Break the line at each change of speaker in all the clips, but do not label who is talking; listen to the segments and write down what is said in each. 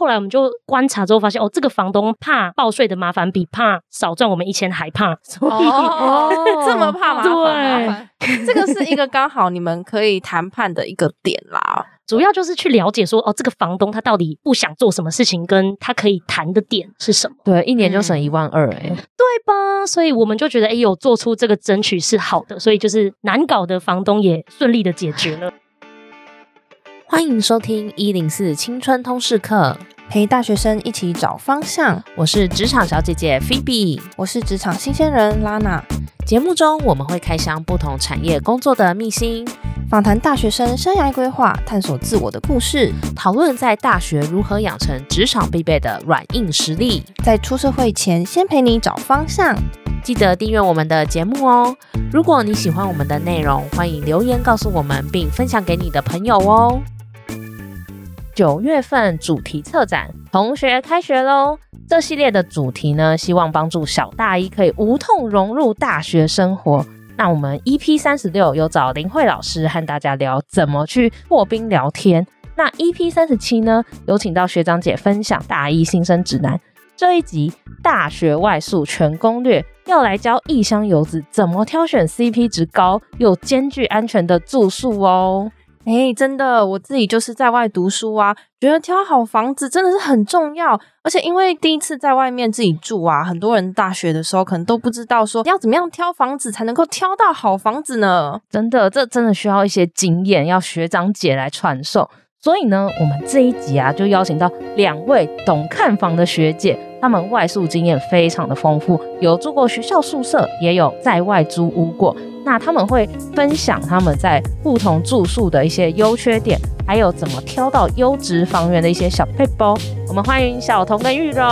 后来我们就观察之后发现，哦，这个房东怕报税的麻烦比怕少赚我们一千还怕， 所以、
哦
这么怕麻烦
对
麻烦，这个是一个刚好你们可以谈判的一个点啦。
主要就是去了解说，哦，这个房东他到底不想做什么事情，跟他可以谈的点是什么，
对，一年就省
嗯
一万二哎、
对吧？所以我们就觉得，哎，有做出这个争取是好的，所以就是难搞的房东也顺利的解决了。
欢迎收听一零四青春通识课，
陪大学生一起找方向，
我是职场小姐姐 Phoebe。
我是职场新鲜人拉娜，
节目中我们会开箱不同产业工作的秘辛，
访谈大学生生涯规划，探索自我的故事，
讨论在大学如何养成职场必备的软硬实力。
在出社会前先陪你找方向。
记得订阅我们的节目哦！如果你喜欢我们的内容，欢迎留言告诉我们，并分享给你的朋友哦。九月份主题策展，同学开学喽！这系列的主题呢，希望帮助小大一可以无痛融入大学生活。那我们 EP 三十六有找林慧老师和大家聊怎么去破冰聊天。那 EP 三十七呢，有请到学长姐分享大一新生指南。这一集大学外宿全攻略，要来教异乡游子怎么挑选 CP 值高又兼具安全的住宿哦。
哎、真的，我自己就是在外读书啊，觉得挑好房子真的是很重要。而且因为第一次在外面自己住啊，很多人大学的时候可能都不知道说要怎么样挑房子才能够挑到好房子呢。
真的，这真的需要一些经验，要学长姐来传授。所以呢，我们这一集啊，就邀请到两位懂看房的学姐，她们外宿经验非常的丰富，有住过学校宿舍，也有在外租屋过。那他们会分享他们在不同住宿的一些优缺点，还有怎么挑到优质房源的一些小配包。我们欢迎小童跟玉柔。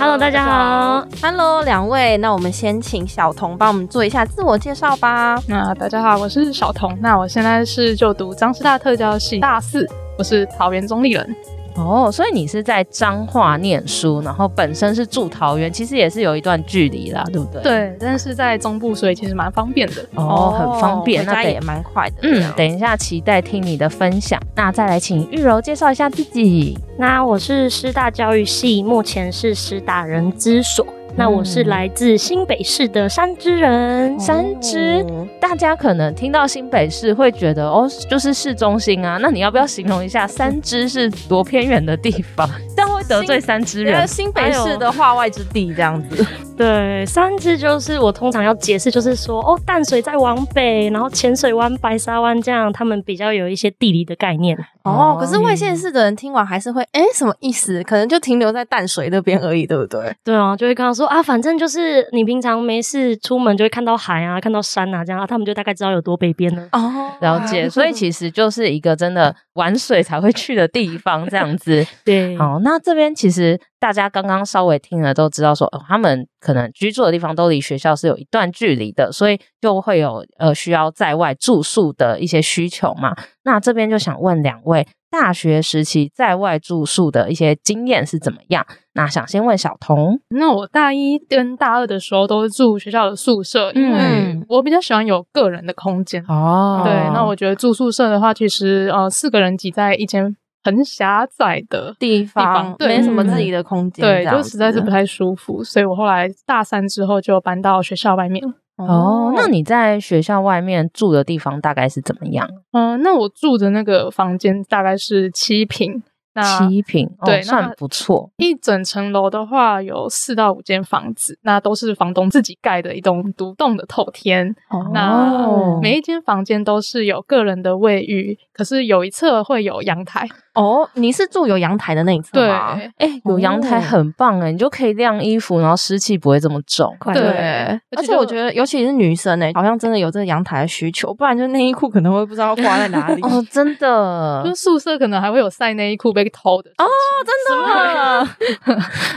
Hello，大家好，
Hello，两位，那我们先请小童帮我们做一下自我介绍吧。
那大家好，我是小童。那我现在是就读张师大特教系大四，我是桃园中立人。
哦，所以你是在彰化念书，然后本身是住桃园，其实也是有一段距离啦，对不对？。
对，但是在中部，所以其实蛮方便的。
哦，很方便。
回家
那
也
等
蛮快的。
嗯，等一下期待听你的分享。那再来请玉柔介绍一下自己。
那我是师大教育系，目前是师大人资所。那我是
嗯
来自新北市的山之人，
三
哦
只
嗯
大家可能听到新北市会觉得哦，就是市中心啊。那你要不要形容一下三支是多偏远的地方？ 这样会得罪三支
觉得
人。
新北市的话外之地这样子，
对，三支就是我通常要解释，就是说哦，淡水再往北，然后浅水湾、白沙湾这样，他们比较有一些地理的概念。
哦，可是外县市的人听完还是会，哎、什么意思？可能就停留在淡水那边而已，对不对？
对啊，就会跟他说啊，反正就是你平常没事出门就会看到海啊，看到山啊，这样啊，他们就大概知道有多北边了。
哦，
了 解，所以其实就是一个真的玩水才会去的地方，这样子。
对，
好，哦那这边其实大家刚刚稍微听了都知道说，哦，他们可能居住的地方都离学校是有一段距离的，所以就会有呃需要在外住宿的一些需求嘛。那这边就想问两位，大学时期在外住宿的一些经验是怎么样？那想先问小童，
那我大一跟大二的时候都是住学校的宿舍，因为
嗯
我比较喜欢有个人的空间。
哦
对，那我觉得住宿舍的话，其实呃四个人挤在一间很狭窄的。
地
方
方
对嗯
没什么自己的空间，
对，
这样
就
子
实在是不太舒服，所以我后来大三之后就搬到学校外面。
哦，那你在学校外面住的地方大概是怎么样？
嗯、那我住的那个房间大概是七平，那
七平，哦
对那
算不错。
一整层楼的话，有四到五间房子，那都是房东自己盖的一栋独栋的透天。那
哦
每一间房间都是有个人的卫浴，可是有一侧会有阳台。
哦，你是住有阳台的那一侧
对
吗？
哎、有阳台
哦
很棒哎，你就可以晾衣服，然后湿气不会这么重。
快
对
乐。
而
而且
且
就
我觉得，尤其是女生呢、欸好像真的有这个阳台的需求，不然就内衣裤可能会不知道挂在哪 里。
哦，真的
就是宿舍可能还会有晒内衣裤被偷的。哦，
真的吗？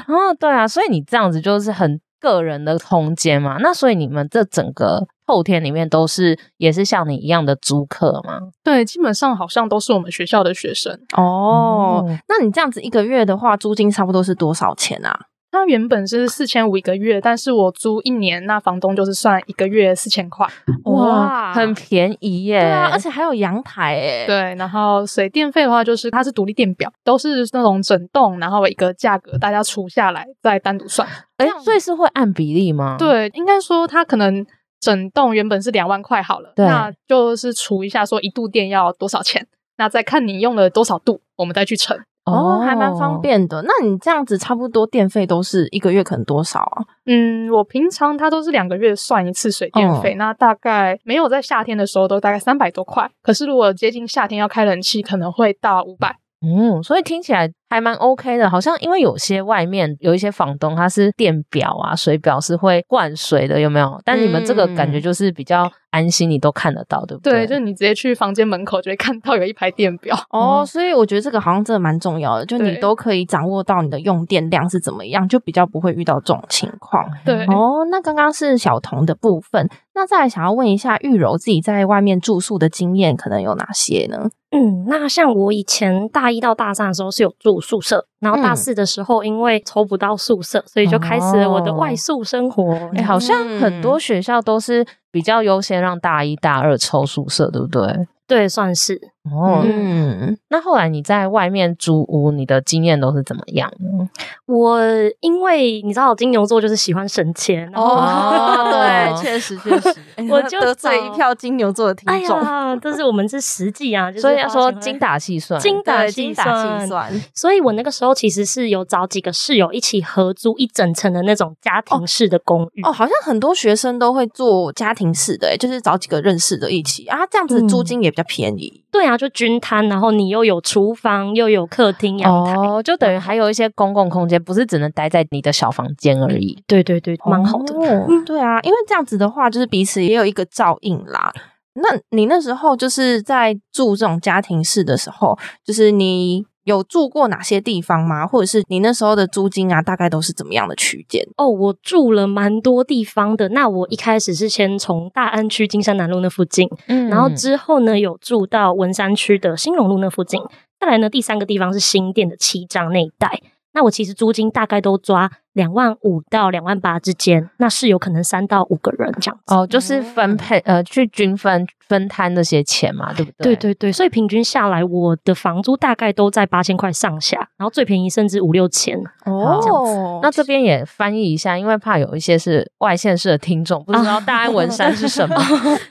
哦，对啊，所以你这样子就是很个人的空间嘛。那所以你们这整个后天里面都是也是像你一样的租客嘛？
对，基本上好像都是我们学校的学生，
哦
嗯
嗯
哦，那你这样子一个月的话，租金差不多是多少钱啊？
它原本是四千五一个月，但是我租一年，那房东就是算一个月四千块。
哇，很便宜耶！
对啊，而且还有阳台哎、
对，然后水电费的话，就是它是独立电表，都是那种整栋，然后一个价格大家除下来再单独算。
哎，所以是会按比例吗？，
对，应该说它可能整栋原本是两万块好了，
对
那就是除一下说一度电要多少钱，那再看你用了多少度，我们再去乘。
哦，还蛮方。便的。那你这样子差不多电费都是一个月可能多少啊？
嗯，我平常它都是两个月算一次水电费，那大概没有在夏天的时候都大概三百多块，可是如果接近夏天要开冷气，可能会到五百。
嗯，所以听起来还蛮 OK 的，好像因为有些外面有一些房东他是电表啊、水表是会灌水的，有没有？但你们这个感
嗯
觉就是比较安心，你都看得到，对不
对，
对？
就是你直接去房间门口就会看到有一排电表。
哦，所以我觉得这个好像真的蛮重要的，就你
嗯对
都可以掌握到你的用电量是怎么样，就比较不会遇到这种情况。
对，
哦，那刚刚是小童的部分，那再来想要问一下玉柔自己在外面住宿的经验可能有哪些呢？
嗯，那像我以前大一到大三的时候是有住宿舍，然后大
嗯
四的时候因为筹不到宿舍，所以就开始了我的
哦
外宿生活。
哎、好像很多学校都是比较优先让大一、大二抽宿舍，对不对？
对，算是。
哦，
嗯，
那后来你在外面租屋，你的经验都是怎么样呢？
我因为你知道金牛座就是喜欢省钱，然后
哦
对，确实确实，哎
我就
得罪
找
一票金牛座的听
哎
众，
呀，但是我们是实际啊，就是
所以要
花
说
钱
精
会
打细算，
精打
对，
细
精打细算，
所以我那个时候其实是有找几个室友一起合租一整层的那种家庭式的公寓。
哦，好像很多学生都会做家庭式的、欸，就是找几个认识的一起啊，这样子租金也比较便宜。
对啊，就均摊，然后你又有厨房，又有客厅、阳台。
哦，就等于还有一些公共空间，不是只能待在你的小房间而已。
对对对，蛮好的。
哦 对啊，因为这样子的话，就是彼此也有一个照应啦。那你那时候就是在住这种家庭式的时候，就是你有住过哪些地方吗？或者是你那时候的租金啊，大概都是怎么样的区间？
哦，我住了蛮多地方的。那我一开始是先从大安区金山南路那附近，
嗯
然后之后呢有住到文山区的兴隆路那附近。再来呢，第三个地方是新店的七张那一带。那我其实租金大概都抓两万五到两万八之间，那是有可能三到五个人这样子。
哦，就是分配呃，去均分分摊那些钱嘛，对不
对
对？
对对，所以平均下来，我的房租大概都在八千块上下，然后最便宜甚至五六千。
哦
那这边也翻译一下，因为怕有一些是外县市的听众不知道大安文山 是什么。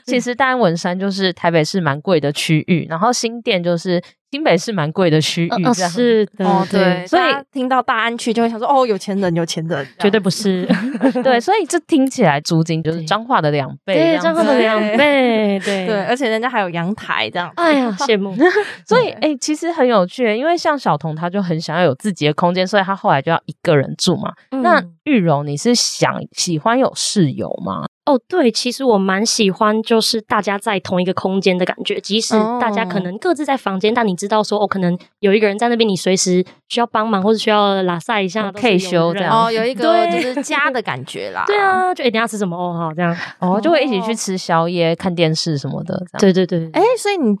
其实大安文山就是台北市蛮贵的区域，然后新店就是新北市蛮贵的区域，这样、
是的，
哦，对，
对，
所
所
以
以
听到大安区就会想说，哦，有钱人，有钱人，
绝对不是，
对，所以这听起来租金就是彰化的两倍这
对，
样子，
张翰的两倍，
这
对
样对，。而且人家还有阳台这样。
哎呀，羡慕！
所以，哎、其实很有趣，因为像小童他就很想要有自己的空间，所以他后来就要一个人住嘛。那
嗯
玉柔，你是想喜欢有室友吗？
哦，对，其实我蛮喜欢，就是大家在同一个空间的感觉，即使
哦
大家可能各自在房间，但你知道说，哦，可能有一个人在那边，你随时需要帮忙或者需要拉塞一下，
哦
都是
可以
有
休这
人
样
哦，有一个就
对
是家的感觉 啦。
对，啊，就一定要吃什么哦，好这样，
哦，就会一起
哦
去吃宵夜、看电视什么的，这
对
样。
对对，
哎、所以你，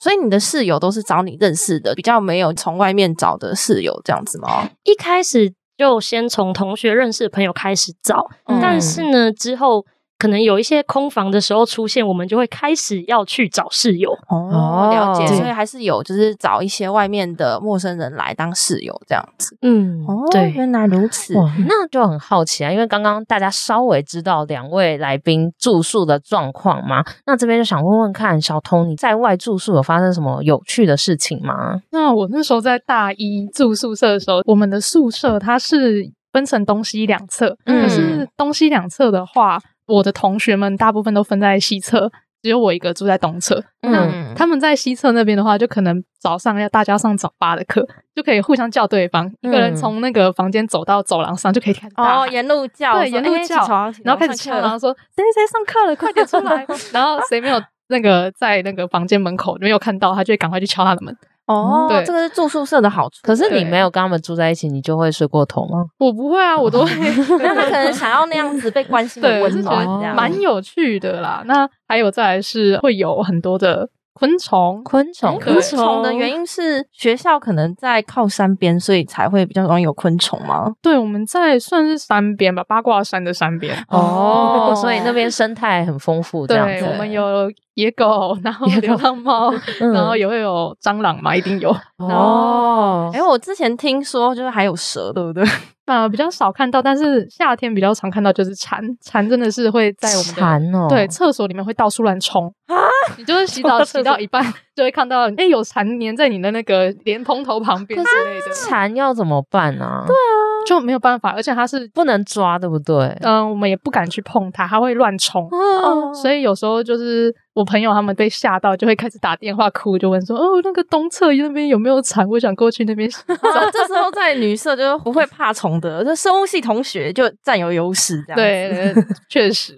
所以你的室友都是找你认识的，比较没有从外面找的室友这样子吗？
一开始就先从同学认识的朋友开始找，
嗯
但是呢，之后可能有一些空房的时候出现，我们就会开始要去找室友。
哦，了解，
对
所以还是有就是找一些外面的陌生人来当室友这样子。
嗯
哦，
对。
原来如此。
哇，那就很好奇啊，因为刚刚大家稍微知道两位来宾住宿的状况嘛，那这边就想问问看，小童你在外住宿有发生什么有趣的事情吗？
那我那时候在大一住宿舍的时候，我们的宿舍它是分成东西两侧，
嗯
可是东西两侧的话，我的同学们大部分都分在西侧，只有我一个住在东侧。
嗯，
他们在西侧那边的话，就可能早上要大家上早八的课，就可以互相叫对方，一个人从那个房间走到走廊上，就可以开始大
嗯哦，
喊
沿路叫，
对
说
沿路
哎
叫
起床
然后开始啊
起
敲，
床
然
上
后说谁谁谁上课了，快点出 来。然后谁没有那个在那个房间门口没有看到，他就会赶快去敲他的门。
课了。哦，
对
这个是住宿舍的好处。
可是你
对
没有跟他们住在一起，你就会睡过头吗？
我不会啊，我
哦
都会
那他可能想要那样子被关心的
对，我
温
是觉
暖，
哦
这
得
样
蛮有趣的啦。那还有再来是会有很多的昆虫。哦
昆虫，
对
昆虫的原因是学校可能在靠山边，所以才会比较容易有昆虫吗？
对，我们在算是山边吧，八卦山的山边。
哦，所以那边生态很丰富，这样
对，
子。
我们有野狗，然后
野狗
流 浪猫，
嗯
然后也会有蟑螂嘛，一定有。
哦，
哎、我之前听说就是还有蛇，对不对？
反而比较少看到，但是夏天比较常看到就是蝉，蝉真的是会在我们的
蝉哦，
对，厕所里面会到处乱冲啊！你就是洗澡洗到一 半，就会看到哎、诶有蝉粘在你的那个莲蓬头旁边之类的，
蝉要怎么办啊？对，
就没有办法。而且它是，
不能抓，对不对？
嗯、我们也不敢去碰它，它会乱冲。
哦
所以有时候就是我朋友他们被吓到，就会开始打电话哭，就问说：“哦，那个东侧那边有没有蝉？我想过去那边洗澡。
然后这时候在女社就是不会怕虫的，就生物系同学就占有优势，这样子
对， 确实，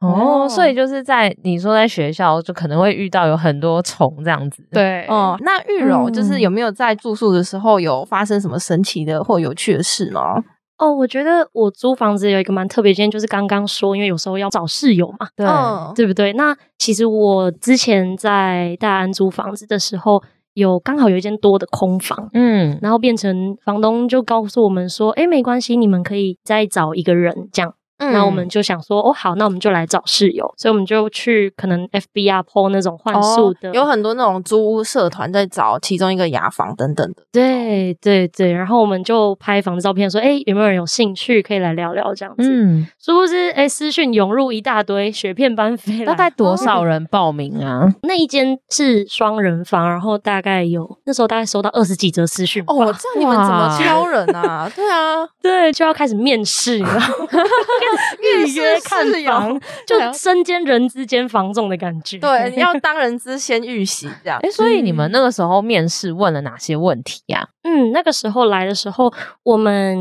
哦，
哦
所以就是在你说在学校就可能会遇到有很多虫这样子。，
对，
哦，那玉柔
嗯
就是有没有在住宿的时候有发生什么神奇的或有趣的事呢？
哦，我觉得我租房子有一个蛮特别，今天就是刚刚说，因为有时候要找室友嘛，
对，
嗯
对不对？那其实我之前在大安租房子的时候，有刚好有一间多的空房，
嗯，
然后变成房东就告诉我们说，哎，没关系，你们可以再找一个人这样。
嗯
那我们就想说，哦，好，那我们就来找室友，所以我们就去可能 FB 啊 PO 那种换宿的，
哦、有很多那种租屋社团在找其中一个雅房等等的。
对对对，然后我们就拍房子照片，说，哎，有没有人有兴趣可以来聊聊这样子？
嗯，
殊不知，哎，私讯涌入一大堆，雪片般飞来。
大概多少人报名 啊？
那一间是双人房，然后大概有那时候大概收到二十几则私讯吧，
哦，这样你们怎么挑人 啊？对啊，
对，就要开始面试，你 知道吗？预约看
面试室友啊
房，就身兼人之间房仲的感觉。
对，你要当人之先预习这 样
哎、。所以你们那个时候面试问了哪些问题啊呀、
嗯，那个时候来的时候，我们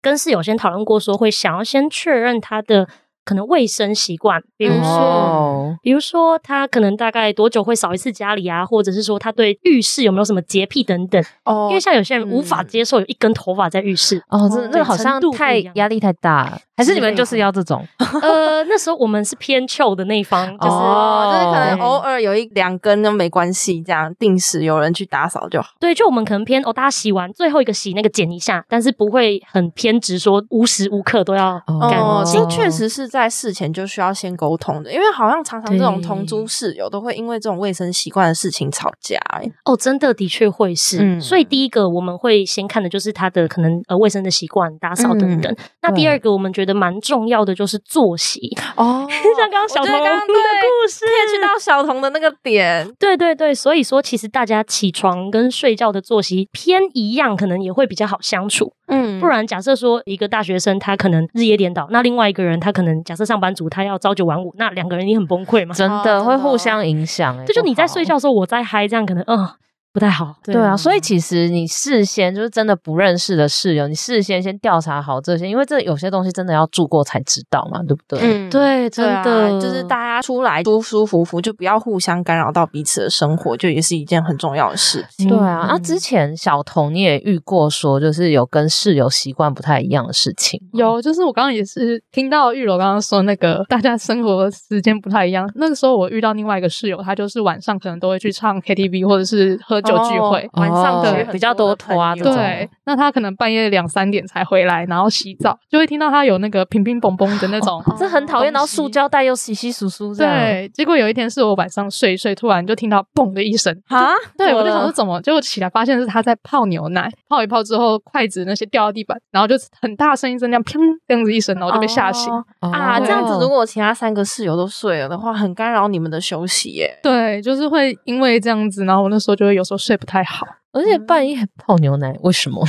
跟室友先讨论过，说会想要先确认他的可能卫生习惯，比如
嗯
说。
哦，
比如说，他可能大概多久会扫一次家里啊，或者是说他对浴室有没有什么洁癖等等。
哦
因为像有些人无法
嗯
接受有一根头发在浴室，
哦，真的，
哦
那个好像
程度不
太
一样
压力太大了，还是
之
你
类
们
的
就是要这种？
呃，那时候我们是偏旧的那一方，就是、
哦
哦，就是可能
对
偶尔有一两根都没关系，这样定时有人去打扫就好。
对，就我们可能偏哦，大家洗完最后一个洗那个剪一下，但是不会很偏执说无时无刻都要干
哦
净。
这确实是在事前就需要先沟通的，因为好像常常这种
对
同租室友都会因为这种卫生习惯的事情吵架、欸。
哦，真的的确会是。
嗯
所以第一个我们会先看的就是他的可能呃卫生的习惯、打扫等等。那第二个我们觉得蛮重要的就是作息，
哦，
像刚刚小童
我觉
的
得刚刚对
故事。
可以去到小童的那个点，
对对对，所以说其实大家起床跟睡觉的作息偏一样，可能也会比较好相处。
嗯
不然，假设说一个大学生他可能日夜颠倒，那另外一个人他可能假设上班族他要朝九晚五，那两个人你很崩溃嘛？
真
哦
的
真
会
的
互
哦
相影响、哎，
这就
不
你在
好
睡觉的时候，我在嗨，这样可能嗯不太好。
对啊，所以其实你事先就是真的不认识的室友，你事先先调查好这些，因为这有些东西真的要住过才知道嘛，对不对？
嗯，
对，真
对啊，
的、
就是大家出来舒舒服服，就不要互相干扰到彼此的生活，就也是一件很重要的事。
对啊，那、之前小童你也遇过说，就是有跟室友习惯不太一样的事情，
有，就是我刚刚也是听到玉柔刚刚说那个大家生活时间不太一样。那个时候我遇到另外一个室友，他就是晚上可能都会去唱 KTV 或者是喝酒聚
哦
会。
晚上
对
去很
比较多
的朋友
拖啊这种
对，那他可能半夜两三点才回来，然后洗澡，就会听到他有那个乒乒乓乓的那种。
哦
这很讨厌。然后塑胶袋又稀稀疏疏这样，
哦对，结果有一天是我晚上睡一睡，突然就听到嘣的一声，
啊，
对我
怎么
就想
了
说怎么，结果起来发现是他在泡牛奶，泡一泡之后筷子那些掉到地板，然后就很大声一声这样砰这样子一声，然后就被吓醒。
哦啊！
哦
这样子，如果其他三个室友都睡了的话，很干扰你们的休息耶。
对，就是会因为这样子，然后我那时候就会有时候睡不太好。
而且半夜泡牛奶，为什么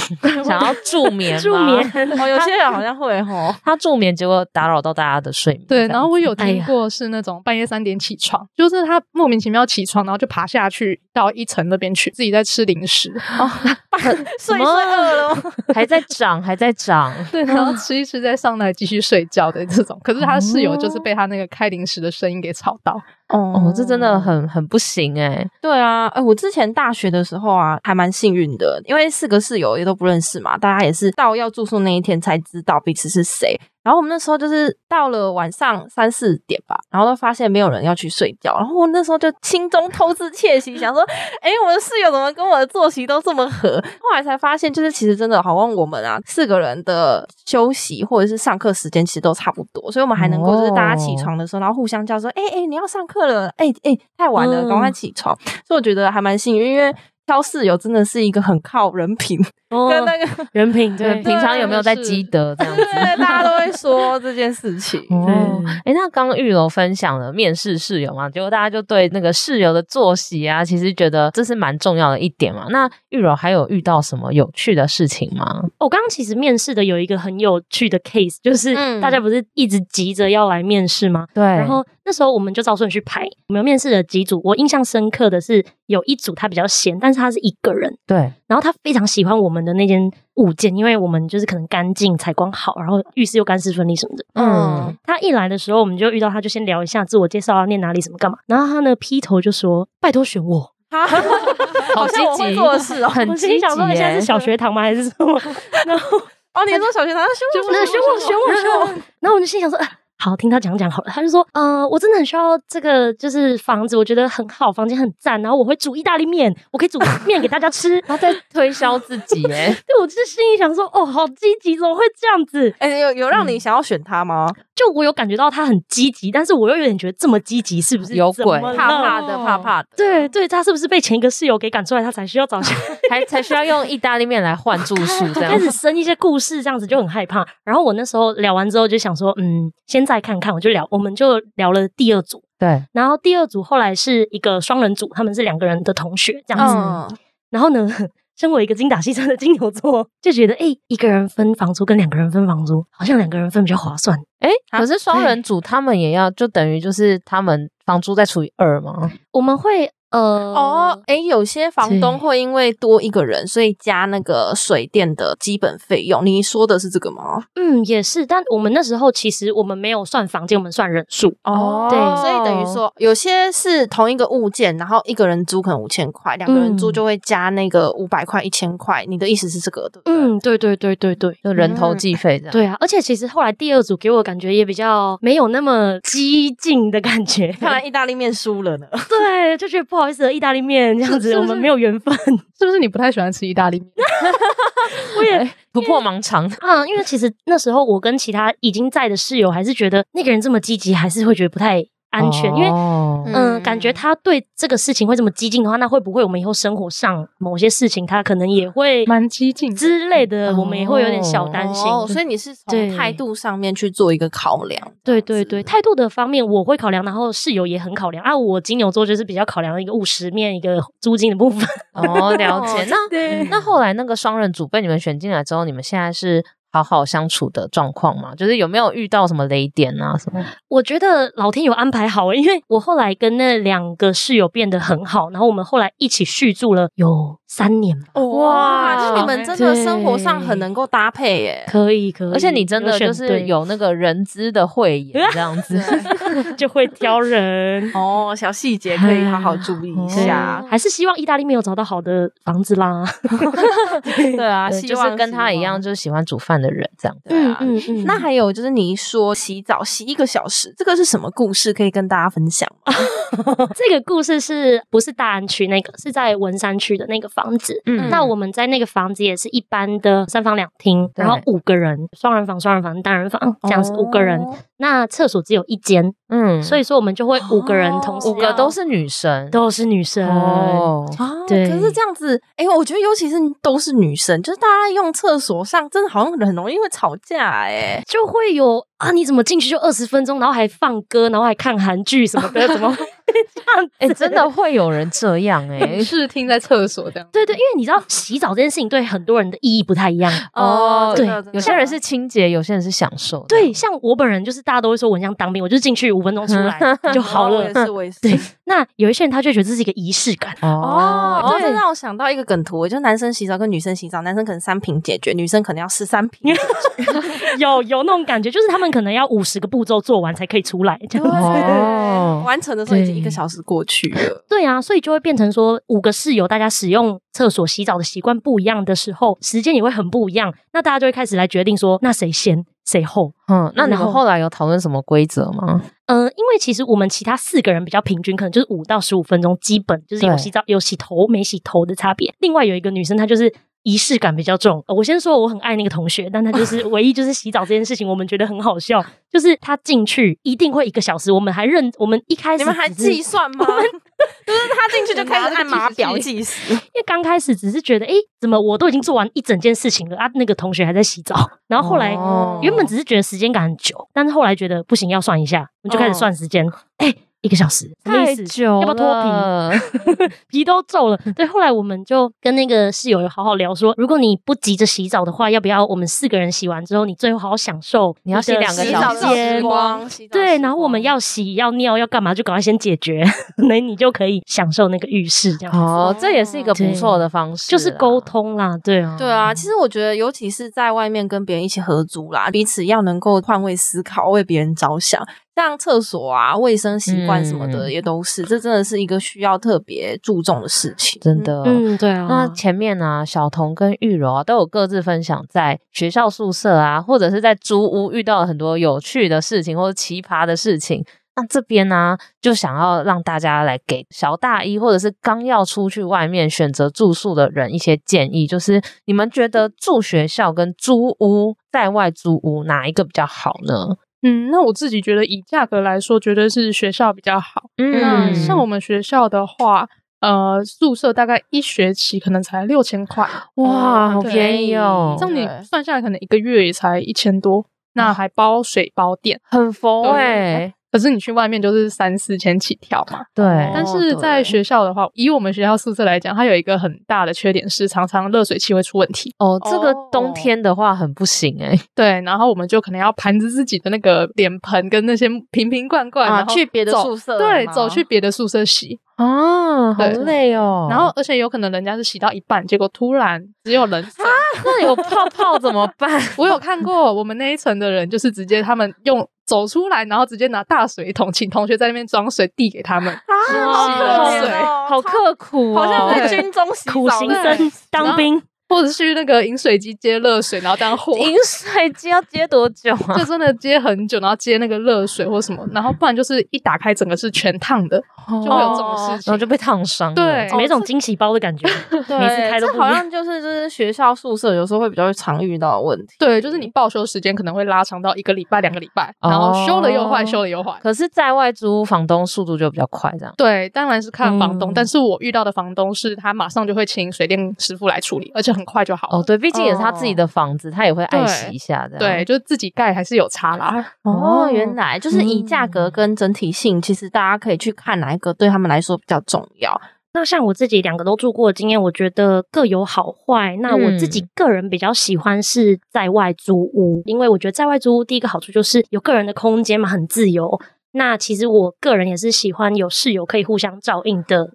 想要助眠吗？
助眠
哦，有些人好像会哦吼，
他助眠，结果打扰到大家的睡眠。
对，然后我有
哎
听
呀
过是那种半夜三点起床，就是他莫名其妙起床，然后就爬下去到一层那边去，自己在吃零食，
睡一睡饿了 吗，
还在长，还在长，
对，然后吃一吃再上来继续睡觉的这种。可是他的室友就是被他那个开零食的声音给吵到，
哦
哦哦，这真的很很不行哎、
呃对啊。哎，我之前大学的时候啊，还蛮幸运的，因为四个室友也都不认识嘛，大家也是到要住宿那一天才知道彼此是谁。然后我们那时候就是到了晚上三四点吧，然后都发现没有人要去睡觉，然后我那时候就心中偷自窃喜，想说，哎，我的室友怎么跟我的作息都这么合？后来才发现，就是其实真的好像我们啊四个人的休息或者是上课时间其实都差不多，所以我们还能够就是大家起床的时候，然后互相叫说，哎哎，你要上课了，哎哎，太晚了，赶快起床。所以我觉得还蛮幸运，因为挑室友真的是一个很靠人品
哦
跟那个
人品
对，
对。
平常有没有在积德这样子？
对，大家都会说这件事情。
哦，哎，那刚刚玉楼分享了面试室友嘛，结果大家就对那个室友的作息啊，其实觉得这是蛮重要的一点嘛。那玉楼还有遇到什么有趣的事情吗？
我刚刚其实面试的有一个很有趣的 case，就是
嗯
大家不是一直急着要来面试吗？
对，
然后那时候我们就照顺序排，我们面试了几组，我印象深刻的是有一组他比较闲，但是他是一个人，
对，
然后他非常喜欢我们的那间物件，因为我们就是可能干净、采光好，然后浴室又干湿分离什么的。
嗯，
他一来的时候，我们就遇到他，就先聊一下自我介绍啊，念哪里、什么干嘛。然后他呢劈头就说：“拜托选我。
好，
好积
像我会
极，
做的事哦。
很
我
积
心
极
想说：“你现在
耶
是小学堂吗？还是什 么？”然后
哦，你说小学堂选我，
那选我，选我，选我。 然后我就心想说，啊好，听他讲讲好了。他就说，呃，我真的很需要这个，就是房子，我觉得很好，房间很赞。然后我会煮意大利面，我可以煮面给大家吃。
他在推销自己耶，
对，我就是心里想说，哦，好积极，怎么会这样子？
哎、有有让你想要选他吗？
就我有感觉到他很积极，但是我又有点觉得这么积极是 不是
有
怎么啊
鬼
了
怕怕的，
哦
怕怕的。
对对，他是不是被前一个室友给赶出来，他才需要找 下
还才需要用意大利面来换 住宿这样
开。始生一些故事，这样子就很害怕。然后我那时候聊完之后就想说，嗯，先再看看，我就聊，我们就聊了第二组。
对，
然后第二组后来是一个双人组，他们是两个人的同学这样子。
嗯，
然后呢， 身为一个精打细算的金牛座，就觉得哎、诶一个人分房租跟两个人分房租，好像两个人分比较划算。
哎，
啊
可是双人组他们也要，就等于就是他们房租再除以二嘛。
我们会呃，
哦，哎、有些房东
对
会因为多一个人，所以加那个水电的基本费用。你说的是这个吗？
嗯，也是，但我们那时候其实我们没有算房间，我们算人数。
哦
对
所以等于说，有些是同一个物件，然后一个人租可能五千块，两个人租
嗯
就会加那个五百块、一千块。你的意思是这个，对不对？
嗯，对对对对对。
就人头计费这样。
对啊，而且其实后来第二组给我感觉也比较没有那么激进的感觉，
看来意大利面输了呢。
对，就觉得不好意思了，意大利面这样
是
子，
是
我
不
们
是
没有缘分。
是不是你不太喜欢吃意大利面？
我也
突破盲肠。
嗯，因为其实那时候我跟其他已经在的室友还是觉得那个人这么积极，还是会觉得不太安全，因为。
为
嗯、
嗯
感觉他对这个事情会这么激进的话，那会不会我们以后生活上某些事情，他可能也会
蛮激进的嗯
之类的，我们也会有点小担心。
哦，所以你是
对
从态度上面去做一个考量。
对对对，态度的方面我会考量，然后室友也很考量啊。我金牛座就是比较考量一个务实面，一个租金的部分。
哦，了解。那
对
那后来那个双人组被你们选进来之后，你们现在是好好相处的状况吗？就是有没有遇到什么雷点啊什么？
我觉得老天有安排好，因为我后来跟那两个室友变得很好，然后我们后来一起续住了有三年吧。
哇，
哇
就是你们真的生活上很能够搭配耶。
可以可以，
而且你真的
选
就是
对啊
有那个人资的慧眼这样子。
就会挑人。
哦，小细节可以好好注意一
对
哦
下。
还是希望意大利没有找到好的房子啦。
对啊，
对
希
就
望
是跟他一样，。就是喜欢煮饭的人这样。
希望对啊。
嗯
那还有就是，你说洗澡洗一个小时，这个是什么故事？可以跟大家分享吗？
这个故事是不是大安区那个？是在文山区的那个房子。
嗯
那我们在那个房子也是一般的三房两厅，
对
然后五个人，双人房、双人房、单人房，这样子五个人。
哦
那厕所只有一间，
嗯，
所
以
以说我们就会五个人同时
五个都
要
是女生
都是女生。
哦。
啊，
对
可是这样子，哎、我觉得尤其是都是女生，就是大家用厕所上，真的好像很容易会吵架、哎，
就会有啊，你怎么进去就二十分钟，然后还放歌，然后还看韩剧什 么的，怎么会这样子？
哎、真的会有人这样哎、
试听在厕所这样。
对对，因为你知道洗澡这件事情对很多人的意义不太一样。
哦，
对
有些人是清洁，有些人是享受。
对，，像我本人就是大家都会说我很像当兵，我就是进去五分钟出来哎就好
哦我
了
也。是，我也是。
对， 那有一些人他就觉得这是一个仪式 感。
哦，
哦，这让我想到一个梗图，就男生洗澡跟女生洗澡，男生可能三瓶解决，女生可能要十三瓶。
有有 那种感觉，就是他们可能要五十个步骤做完才可以出来，这样
对
子。
哦
完成的时候已经一个小时过去了。
对啊，所以就会变成说，五个室友大家使用厕所、洗澡的习惯不一样的时候，时间也会很不一样。那大家就会开始来决定说，那谁先谁后。
嗯，那你
然
们
后
后来有讨论什么规则吗？
呃，因为其实我们其他四个人比较平均，可能就是五到十五分钟，基本就是有
对
洗澡、有洗头、没洗头的差别。另外有一个女生，她就是。仪式感比较重、呃我先说我很爱那个同学，但她就是 唯一就是洗澡这件事情，我们觉得很好笑，就是她进去一定会一个小时，我们还认我们一开始
你们还
只是
计算吗？ 就是他进去就开始按码 表计时，
因为刚开始只是觉得，诶，怎么我都已经做完一整件事情了啊？那个同学还在洗澡，然后后来、
哦
原本只是觉得时间感很久，但是后来觉得不行，要算一下，我们就开始算时间，诶，一个小时，什么意
哦太
思？
久
要不要脱皮？
皮？
皮都皱了。对，后来我们就跟那个室友有好好聊说，如果你不急着洗澡的话，要不要我们四个人洗完之后，你最后好好享受
你要洗
的
两个
时
小时
间
时光，洗澡
对，
时
然后我
光
们要洗、要尿、要干嘛，就赶快先解决， 那你就可以享受那个浴室，这样子、
哦，这也是一个啊不错的方式，
就是沟。通啦，对啊，
对啊，其实我觉得，尤其是在外面跟别人一起合租啦，彼此要能够换位思考，为别人着想，像厕所啊、卫生习惯什么的
嗯
也都是，这真的是一个需要特别注重的事情。
真的，
嗯，对啊，
那前面呢、小童跟玉柔啊，都有各自分享在学校宿舍啊，或者是在租屋遇到了很多有趣的事情或者奇葩的事情。那这边呢、就想要让大家来给小大一或者是刚要出去外面选择住宿的人一些建议，就是你们觉得住学校跟租屋在外租屋哪一个比较好呢？
嗯，那我自己觉得以价格来说，绝对是学校比较好。那
嗯
像我们学校的话，呃，宿舍大概一学期可能才六千块，
哇，好
对
便宜哦
这，样你
对
算下来可能一个月也才一千多，那还包水包电。
很佛
对
哎、
可是你去外面就是三四千起跳嘛。
哦对，
但是在
对
学校的话，以我们学校宿舍来讲，它有一个很大的缺点是，常常热水器会出问题。
哦，这个冬
哦
天的话很不行哎、
对，然后我们就可能要盘着自己的那个脸盆跟那些瓶瓶罐罐，
啊
然后
去别的
走
宿舍
对，
吗
走去别的宿舍洗。
啊，好
对
累哦。
然后，而且有可能人家是洗到一半，结果突然只有冷水。
啊那有泡泡 怎么办？
我有看过我们那一层的人，就是直接他们用走出来，然后直接拿大水桶，请同学在那边装水递给他们。
好
好可怜
哦
好刻苦哦，
好像
对
在军中洗
苦
澡
行
那种
僧当兵，
或者是去那个饮水机接热水，然后当货，
饮水机要接多久啊？
就真的接很久，然后接那个热水或什么，然后不然就是一打开整个是全烫的，就会有这种事
哦然后
情。
就被烫伤了。
对
怎么有一种惊喜包的感觉？每次
对，
开都
这
不一
好
样。
像就是就是学校宿舍有时候会比较常遇到的问题。
对，就是你报修时间可能会拉长到一个礼拜、两个礼拜，
哦
然后修了又坏，修了又坏。
可是在外租屋房东速度就比较快，这样。
对，当然是看房东，
嗯
但是我遇到的房东是他马上就会请水电师傅来处理，而且很快就好了。
哦，对，毕竟也是他自己的房子，他也会爱惜一下这样。
对，，就是自己盖还是有差啦。
哦，原来就是以价格
嗯
跟整体性，其实大家可以去看哪一个对他们来说比较重要。
那像我自己两个都住过的经验，我觉得各有好坏。那我自
嗯
己个人比较喜欢是在外租屋，因为我觉得在外租屋第一个好处就是有个人的空间嘛，很自由。那其实我个人也是喜欢有室友可以互相照应的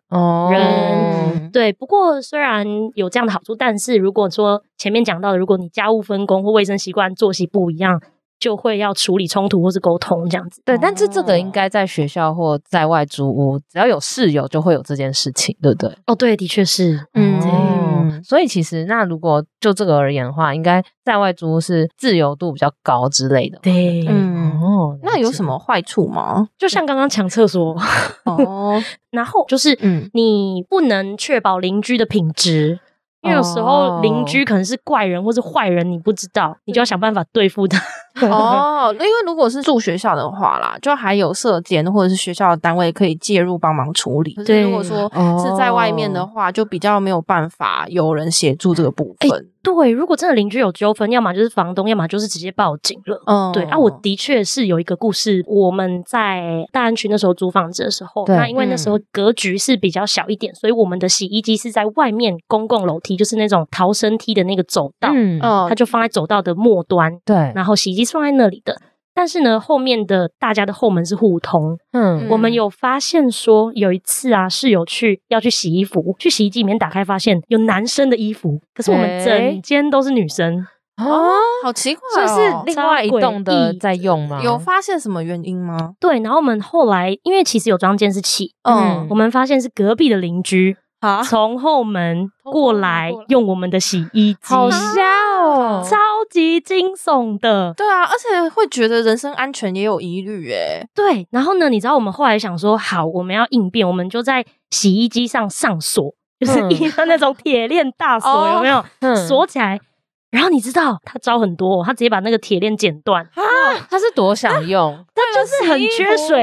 嗯
哦，
人。对，不过虽然有这样的好处，但是如果说前面讲到的，如果你家务分工或卫生习惯、作息不一样，就会要处理冲突或是沟通这样子。
对，但是这个应该在学校或在外租屋，只要有室友就会有这件事情，对不对？
哦，对，的确是。
嗯
哦，所以其实那如果就这个而言的话，应该在外租屋是自由度比较高之类的。
对，
嗯，
哦，
那有什
么？
么坏处吗？
就像刚刚抢厕所，
哦，
然后就是
嗯
你不能确保邻居的品质，因为有时候邻居可能是怪人或是坏人，你不知道，你就要想办法对付他。
哦，那因为如果是住学校的话啦，就还有社监或者是学校的单位可以介入帮忙处理。可是
对
如果说是在外面的话，就比较没有办法有人协助这个部分。
对，如果真的邻居有纠纷，要么就是房东，要么就是直接报警了。
嗯，
对啊，我的确是有一个故事。我们在大安区那时候租房子的时候，
对
那因为那时候格局是比较小一点，所以我们的洗衣机是在外面公共楼梯，就是那种逃生梯的那个走道，
嗯，
嗯
它就放在走道的末端，
对，
然后洗衣机是放在那里的。但是呢，后面的大家的后门是互通。
嗯
我们有发现说，有一次啊，室友去要去洗衣服，去洗衣机里面打开，发现有男生的衣服，可是我们
哎
整间都是女生。
哦，
好奇怪
这是
哦！
另外一栋的在用吗？
有发现什么原因吗？
对，然后我们后来因为其实有装监视器，
嗯
嗯，
我们发现是隔壁的邻居
啊，
从后门过来
偷偷摸摸过来
用我们的洗衣机，
好瞎哦！
超级惊悚的。
对啊，而且会觉得人身安全也有疑虑 诶。
对，然后呢，你知道我们后来想说，好，我们要应变，我们就在洗衣机上上锁，就是
嗯
一般那种铁链大锁，
哦
有没有？
嗯
锁起来。然后你知道他招很多哦、他直接把那个铁链剪断，
他是 多想用，
他就是很缺
哦
水。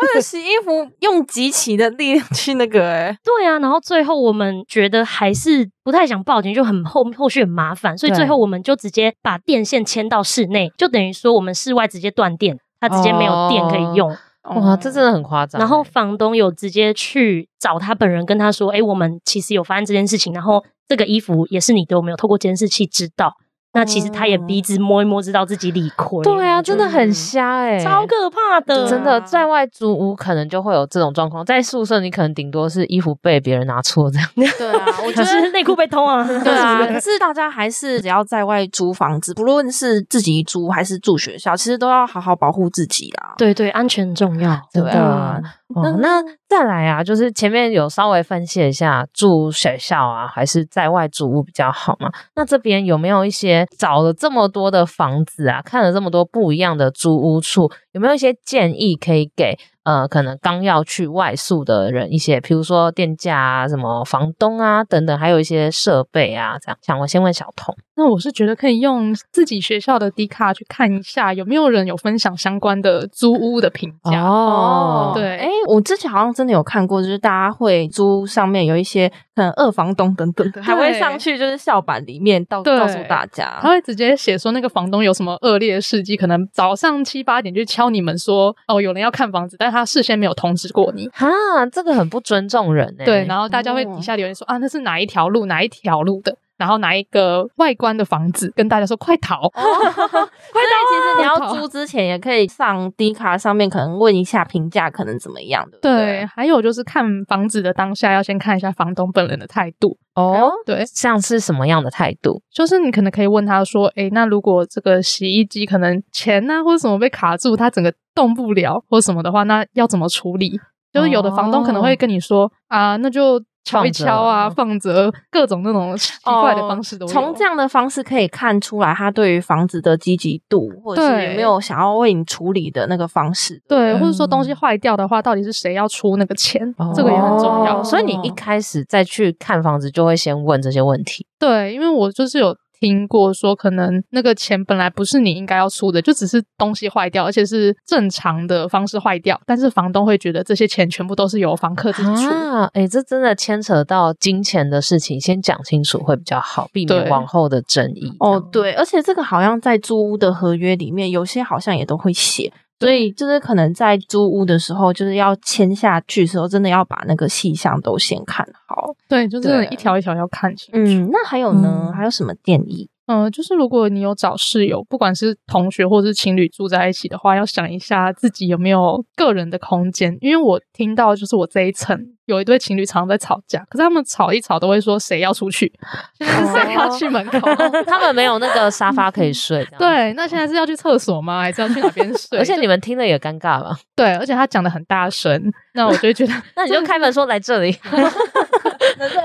为了洗衣服用极其的力量去那个诶，
对啊，然后最后我们觉得还是不太想报警，就很后后续很麻烦，所以
对
最后我们就直接把电线牵到室内，就等于说我们室外直接断电，它直接没有电可
哦
以用。
哇，这真的很夸张欸。
然后房东有直接去找他本人，跟他说：“哎、我们其实有发现这件事情，然后这个衣服也是你的，我们有透过监视器知道。”那其实他也
哦
鼻子摸一摸，知道自己理亏。
对啊，真的很
嗯
瞎哎，
超可怕的，
真
对
的
啊
在外租屋可能就会有这种状况，在宿舍你可能顶多是衣服被别人拿错这样。
对啊，我觉
可
得
是内裤被偷啊。
对啊，可是大家还是只要在外租房子，不论是自己租还是住学校，其实都要好好保护自己啦。
对对，安全重要。
真
对
的
啊
哦，
嗯
那再来啊，就是前面有稍微分析一下住学校啊，还是在外租屋比较好嘛？那这边有没有一些找了这么多的房子啊，看了这么多不一样的租屋处，有没有一些建议可以给呃，可能刚要去外宿的人一些，比如说店家啊、什么房东啊等等，还有一些设备啊，这样。想我先问小童，
那我是觉得可以用自己学校的 D 卡去看一下有没有人有分享相关的租屋的评价。
哦
对
哎，我之前好像真的有看过，就是大家会租上面有一些可能二房东等等的，还会上去就是校版里面到
对
告诉大家
他。会直接写说那个房东有什么恶劣的事迹，可能早上七八点就敲你们说哦有人要看房子，但他事先没有通知过你。
哈，这个很不尊重人哎、
对，然后大家会底下留言说、啊那是哪一条路哪一条路的，然后哪一个外观的房子，跟大家说快逃。
所以其实你
快
要
逃
租之前，也可以上 D 卡上面可能问一下评价，可能怎么样，对不
对，？还有就是看房子的当下，要先看一下房东本人的态度。哎
哦，
对，
像是什么样的态度？
就是你可能可以问他说：“诶，那如果这个洗衣机可能钱呐、或者什么被卡住，它整个动不了或什么的话，那要怎么处理？”就是有的房东可能会跟你说：“啊，那就敲一敲啊，放着各种那种奇怪的方式都有。
从这样的方式可以看出来，他对于房子的积极度，或者是
对
有没有想要为你处理的那个方式。
对，
不
或者说东西坏掉的话，到底是谁要出那个钱？这个也很重要。
哦所以你一开始再去看房子，就会先问这些问题。
对，因为我就是有听过说，可能那个钱本来不是你应该要出的，就只是东西坏掉，而且是正常的方式坏掉，但是房东会觉得这些钱全部都是由房客自己出。
啊，哎、这真的牵扯到金钱的事情，先讲清楚会比较好，避免
对
往后的争议。
哦，对，而且这个好像在租屋的合约里面，有些好像也都会写，所以就是可能在租屋的时候，就是要签下去的时候，真的要把那个细项都先看好。
对，就
对
是一条一条要看清楚。
嗯，那还有呢？
嗯
还有什么建议？
嗯、就是如果你有找室友，不管是同学或是情侣住在一起的话，要想一下自己有没有个人的空间。因为我听到就是我这一层有一对情侣常常在吵架，可是他们吵一吵都会说谁要出去，就是谁要去门口。
他们没有那个沙发可以睡。这样，
对，那现在是要去厕所吗？还是要去哪边睡？
而且你们听了也尴尬吧？
对，而且他讲的很大声，那我就会觉得
那你就开门说来 这里，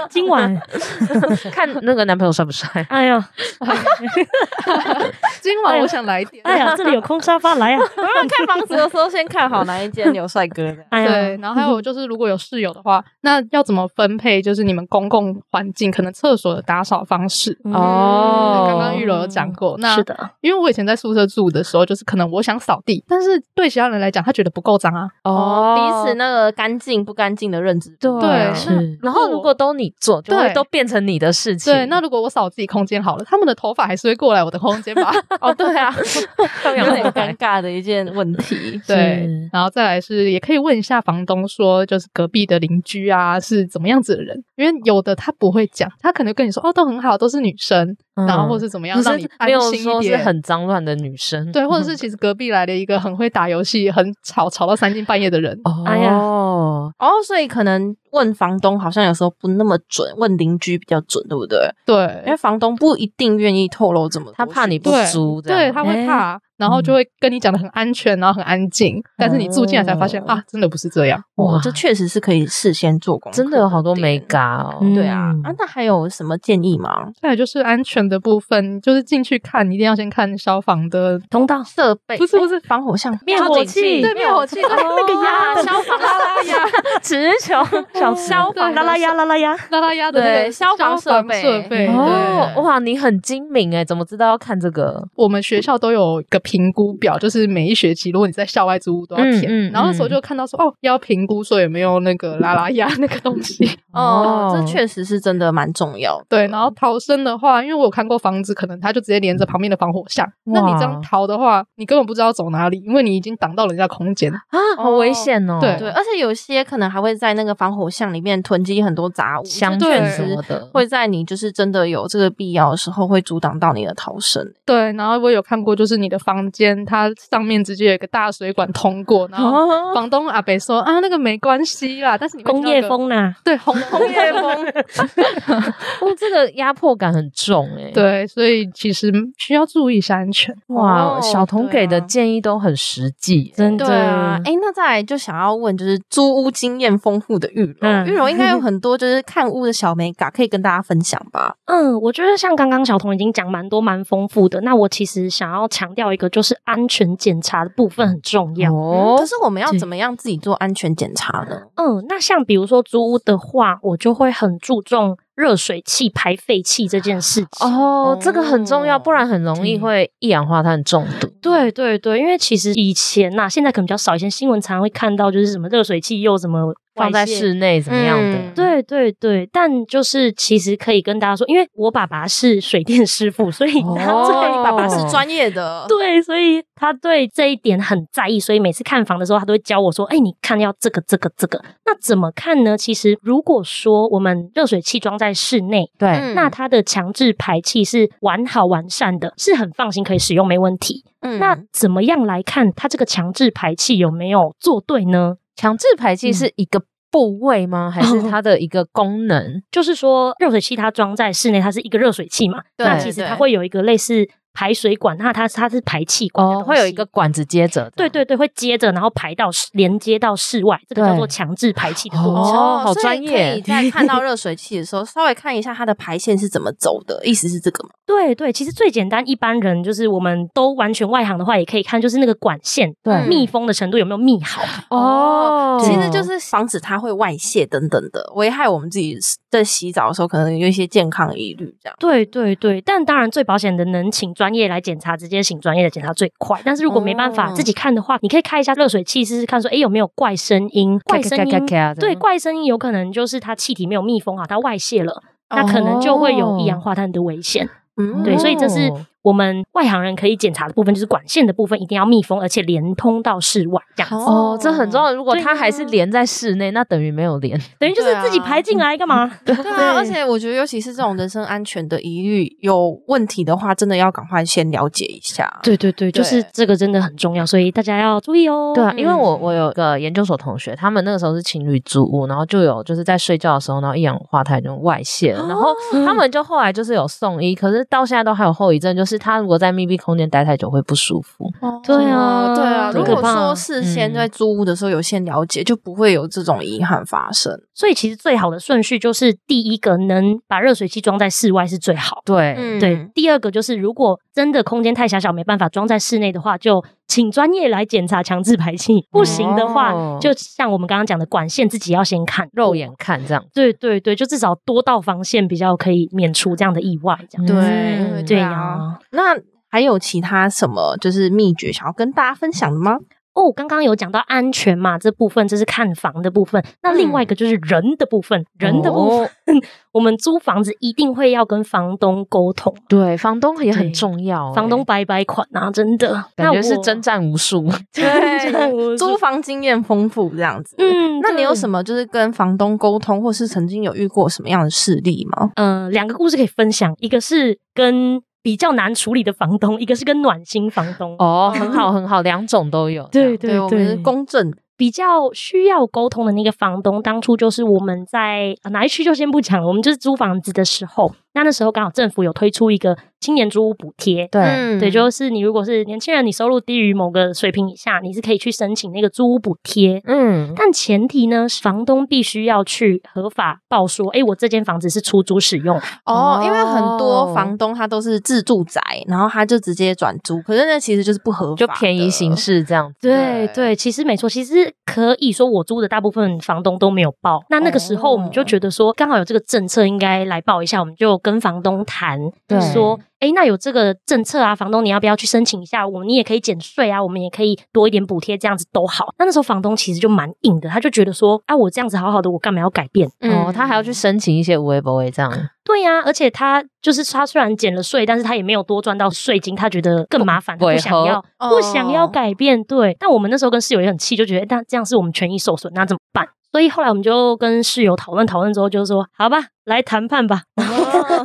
今晚，
看那个男朋友帅不帅。
哎呀，
今晚我想来一点。
哎呀，这里有空沙发，来呀、啊！
看房子的时候先看好哪一间有帅哥的。
哎
对
呀，，
然
嗯
后还有就是，如果有室友的话，那要怎么分配？就是你们公共环境，可能厕所的打扫方式。哎
嗯
哦
刚刚玉柔有讲过，那
是的，
因为我以前在宿舍住的时候，就是可能我想扫地，但是对其他人来讲，他觉得不够脏啊。
哦彼
哦
此那个干净不干净的认知。啊
对
对
是
那
然后如果都你做，就会
对
都变成你的事情。
对，那如果我扫自己空间好了，他们的头发还是会过来我的空间 吧？
哦，对啊， 有点
有
尴
点
尬的一件问题。
对
是，
然后再来是也可以问一下房东说，就是隔壁的邻居啊是怎么样子的人，因为有的他不会讲，他可能跟你说哦都很好，都是女生，
嗯
然后或是怎么样
不
让你
是
安
没有
心一
说是
点。
很脏乱的女生。
对，或者是其实隔壁来了一个很会打游戏、很吵，吵到三更半夜的人。
哦，
哎
呀，
哦，所以可能问房东好像有时候不那么准，问邻居比较准，对不对？因
哎
对
为房东不一定愿意透露这么多
他怕你不
讯息
对
租，这样
对，
哎嗯
他会怕，然后就会跟你讲的很安全，然后很安静，但是你住进来才发现
哦
啊，真的不是这样。
哇
哇，这确实是可以事先做功课，
真的有好多美。嘎哦。
嗯
对啊，啊，那还有什么建议吗？
再来就是安全的部分，就是进去看，一定要先看消防的，
通道
设备哎
不是不是
防火巷
灭火器
对灭火器，对
那个鸭
消防啦啦呀，
直 球
嗯
小消
防
啦啦呀啦啦呀，
拉拉鸭的那个
对消防设
设
备
备对哦
哦，哇，你很精明哎，怎么知道要看这个？
我们学校都有一个评估表，就是每一学期如果你在校外租屋都要填。
嗯嗯
然后那时候就看到说，哦，要评估说有没有那个拉拉鸭 那个东西。
哦，这确实是真的蛮重要的。
对，然
嗯
后逃生的话，因为我有看过房子，可能它就直接连着旁边的防火巷。那你这
哇
样逃的话，你根本不知道走哪里，因为你已经挡到人家 空间。
啊，好危险哦。
对
对，而且有些可能还会在那个防火巷里面囤积很多杂物，
香
这
卷
确
什
实
么的，
会在你就是真的有这个必要的时候，会阻挡到你的逃生。
对，然后我有看过，就是你的房间它上面直接有一个大水管通过，然后
哦，
房东阿北说啊，那个没关系啦，但是你会听
工
到
业
一个
风呐，
对红
红 叶风，
哦，这个压迫感很重哎。，
对，所以其实需要注意一下安全。
哇，
哦
小童
对
给的
啊
建议都很实际欸。
真
对啊
的，，
哎，那再来就想要问，就是租屋经验丰富的玉
嗯
龙，玉龙应该 有很多就是看屋的小美感，可以跟大家分享吧？
嗯，我觉得像刚刚小童已经讲蛮多蛮丰富的，那我其实想要强调一个，就是安全检查的部分很重要。
哦
嗯可，是我们要
对
怎么样自己做安全检查呢？
嗯，那像比如说租屋的话，我就会很注重热水器排废气这件事情。
哦，这个很重要，不然很容易
对
会一氧化碳中毒。
对对对，因为其实以前呐、现在可能比较少，以前新闻常常会看到就是什么热水器又什么
放
外
在
泄
室内怎么样的？
嗯
对对对，但就是其实可以跟大家说，因为我爸爸是水电师傅，所以 他
哦
对爸爸是
哦
专业的，
对，所以他对这一点很在意，所以每次看房的时候，他都会教我说：“哎、你看要这个、这个、这个。”那怎么看呢？其实如果说我们热水器装在室内，
对，
嗯
那它的强制排气是完好完善的，是很放心可以使用，没问题。
嗯
那
哦
怎么样来看它这个强制排气有没有做对呢？
强制排气是一个部位吗？还是它的一个功能？
就是说热水器它装在室内，它是一个热水器嘛，
对
那其实
对
它会有一个类似排水管，那它它是排气管的
哦，
东
会有一
西
个。管子接着的。
对对对，会接着，然后排到室连接到室外，这个叫做
对
强制排气的过程。
哦好
所以
专业
可以 在看到热水器的时候，稍微看一下它的排线是怎么走的，意思是这个吗？
对对，其实最简单，一般人就是我们都完全外行的话，也可以看就是那个管线
对
嗯
密封的程度有没有密好。啊
哦，
其实就是防止它会外泄等等的，危害我们自己在洗澡的时候可能有一些健康疑虑，这样。
对对对，但当然最保险的能请专业来检查，直接请专业的检查最快。但是如果没办法
哦
自己看的话，你可以开一下热水器试试看说，诶哎有没有怪声音？怪声音
咔咔咔咔的
对，怪声音有可能就是它气体没有密封好，它外泄了，那可能就会有一氧化碳的危险。
嗯
对，所以这是
哦
我们外行人可以检查的部分，就是管线的部分一定要密封，而且连通到室外，这样子、
哦，这很重要。如果
对
它还是
啊
连在室内，那等于没有连。
等于就是自己
对啊
排进来干嘛？
对啊，而且我觉得，尤其是这种人身安全的疑虑有问题的话，真的要赶快先了解一下。
对对对，就是
对
这个真的很重要，所以大家要注意哦。
对啊，因为
嗯
我我有个研究所同学，他们那个时候是情侣租屋，然后就有就是在睡觉的时候，然后一氧化碳就外泄了，然后他们就后来就是有送医，可是到现在都还有后遗症，就是他如果在密闭空间待太久会不舒服。
对啊
对啊。
很
如
可
果
怕嗯
说事先在租屋的时候有先了解，就不会有这种遗憾发生。
所以其实最好的顺序就是第一个能把热水器装在室外是最好。
对，
嗯
对，第二个就是如果真的空间太狭小，没办法装在室内的话，就请专业来检查强制排气。不行的话，
哦
就像我们刚刚讲的，管线自己要先看
肉眼。看这样。
对对对，就至少多道防线比较可以免除这样的意外。这样
嗯
子
对
嗯
对
对
呀、
啊。那还有其他什么就是秘诀想要跟大家分享的吗？
哦，刚刚有讲到安全嘛，这部分这是看房的部分。那另
嗯
外一个就是人的部分，人的部分，
哦
我们租房子一定会要跟房东沟通。
对，房东也很
对
重要欸、
哦
房东白白款啊，真的，
感觉是
那我
征。战无数。
我
租房经验丰富这样子。
嗯，
那你有什
么？
么就是跟房东沟通，或是曾经有遇过什么样的事例吗？
呃，两个故事可以分享，一个是跟比较难处理的房东，一个是跟暖心房东。
哦哦，很好很好，两种都有。
对对
我们是公正
比较需要沟通的那个房东，当初就是我们在、呃哪一区就先不讲了，我们就是租房子的时候，那那时候刚好政府有推出一个青年租屋补贴，
对，
嗯
对，就是你如果是年轻人，你收入低于某个水平以下，你是可以去申请那个租屋补贴。
嗯，
但前提呢，房东必须要去合法报说，哎、我这间房子是出租使用的，
哦，因为很
哦
多房东他都是自住宅，然后他就直接转租，可是那其实就是不合法，
就便宜行。事这样子。
对
对
对，其实没错，其实可以说我租的大部分房东都没有报。那那个时候我们就觉得说，刚好有这个政策，应该来报一下。我们就跟房东谈
对，
说，哎，那有这个政策啊，房东你要不要去申请一下？我们你也可以减税啊，我们也可以多一点补贴，这样子都好。那那时候房东其实就蛮硬的，他就觉得说，啊，我这样子好好的，我干嘛要改变？
哦，他
嗯
还要去申请一些无为不为这样。
对呀、而且他就是他虽然减了税，但是他也没有多赚到税金，他觉得更麻烦，他不
违
想要，
和
不想要
哦
改变。对，但我们那时候跟室友也很气，就觉得那这样是我们权益受损，那怎么办？所以后来我们就跟室友讨论讨论之后，就说好吧，来谈判吧。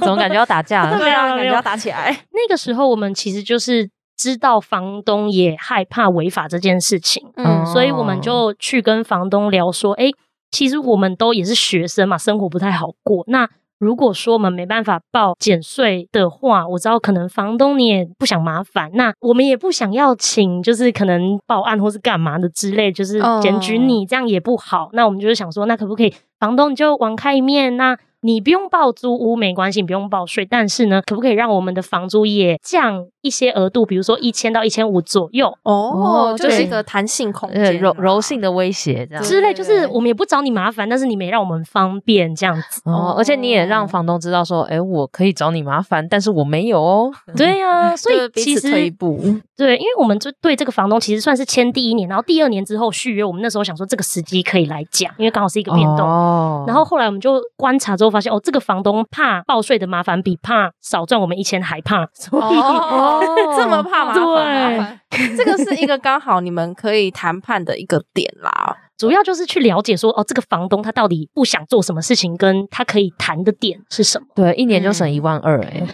怎么感觉要打架 了？
对啊，
没有
感
没
觉
有
要打起来。
那个时候我们其实就是知道房东也害怕违法这件事情，
嗯
所以我们就去跟房东聊说，诶，其实我们都也是学生嘛，生活不太好过。那如果说我们没办法报减税的话，我知道可能房东你也不想麻烦，那我们也不想要请，就是可能报案或是干嘛的之类，就是
嗯
检举你、这样也不好。那我们就是想说，那可不可以房东你就网开一面？那你不用报租屋没关系，你不用报税，但是呢，可不可以让我们的房租也降一些额度，比如说一千到一千五左右？
哦
哦，就
对
是一个弹性空
呃，
间，啊
柔柔性。的威胁这样。
对
之类，就是我们也不找你麻烦，但是你没让我们方便这样 子。
哦，而且你也让房东知道说，哎、我可以找你麻烦，但是我没有哦。
对呀、所
就是
以
彼
其
此退一
实
步，
对，因为我们就对这个房东其实算是签第一年，然后第二年之后续约，我们那时候想说这个时机可以来讲，因为刚好是一个变动。
哦
然后后来我们就观察之后发现，哦，这个房东怕报税的麻烦比怕少赚我们一千还怕，所 以、
哦，这么怕麻
对
烦啊，这个是一个刚好你们可以谈判的一个点啦。
主要就是去了解说，哦，这个房东他到底不想做什么事情，跟他可以谈的点是什么，
对，一年就省
嗯
一万二、哎、
对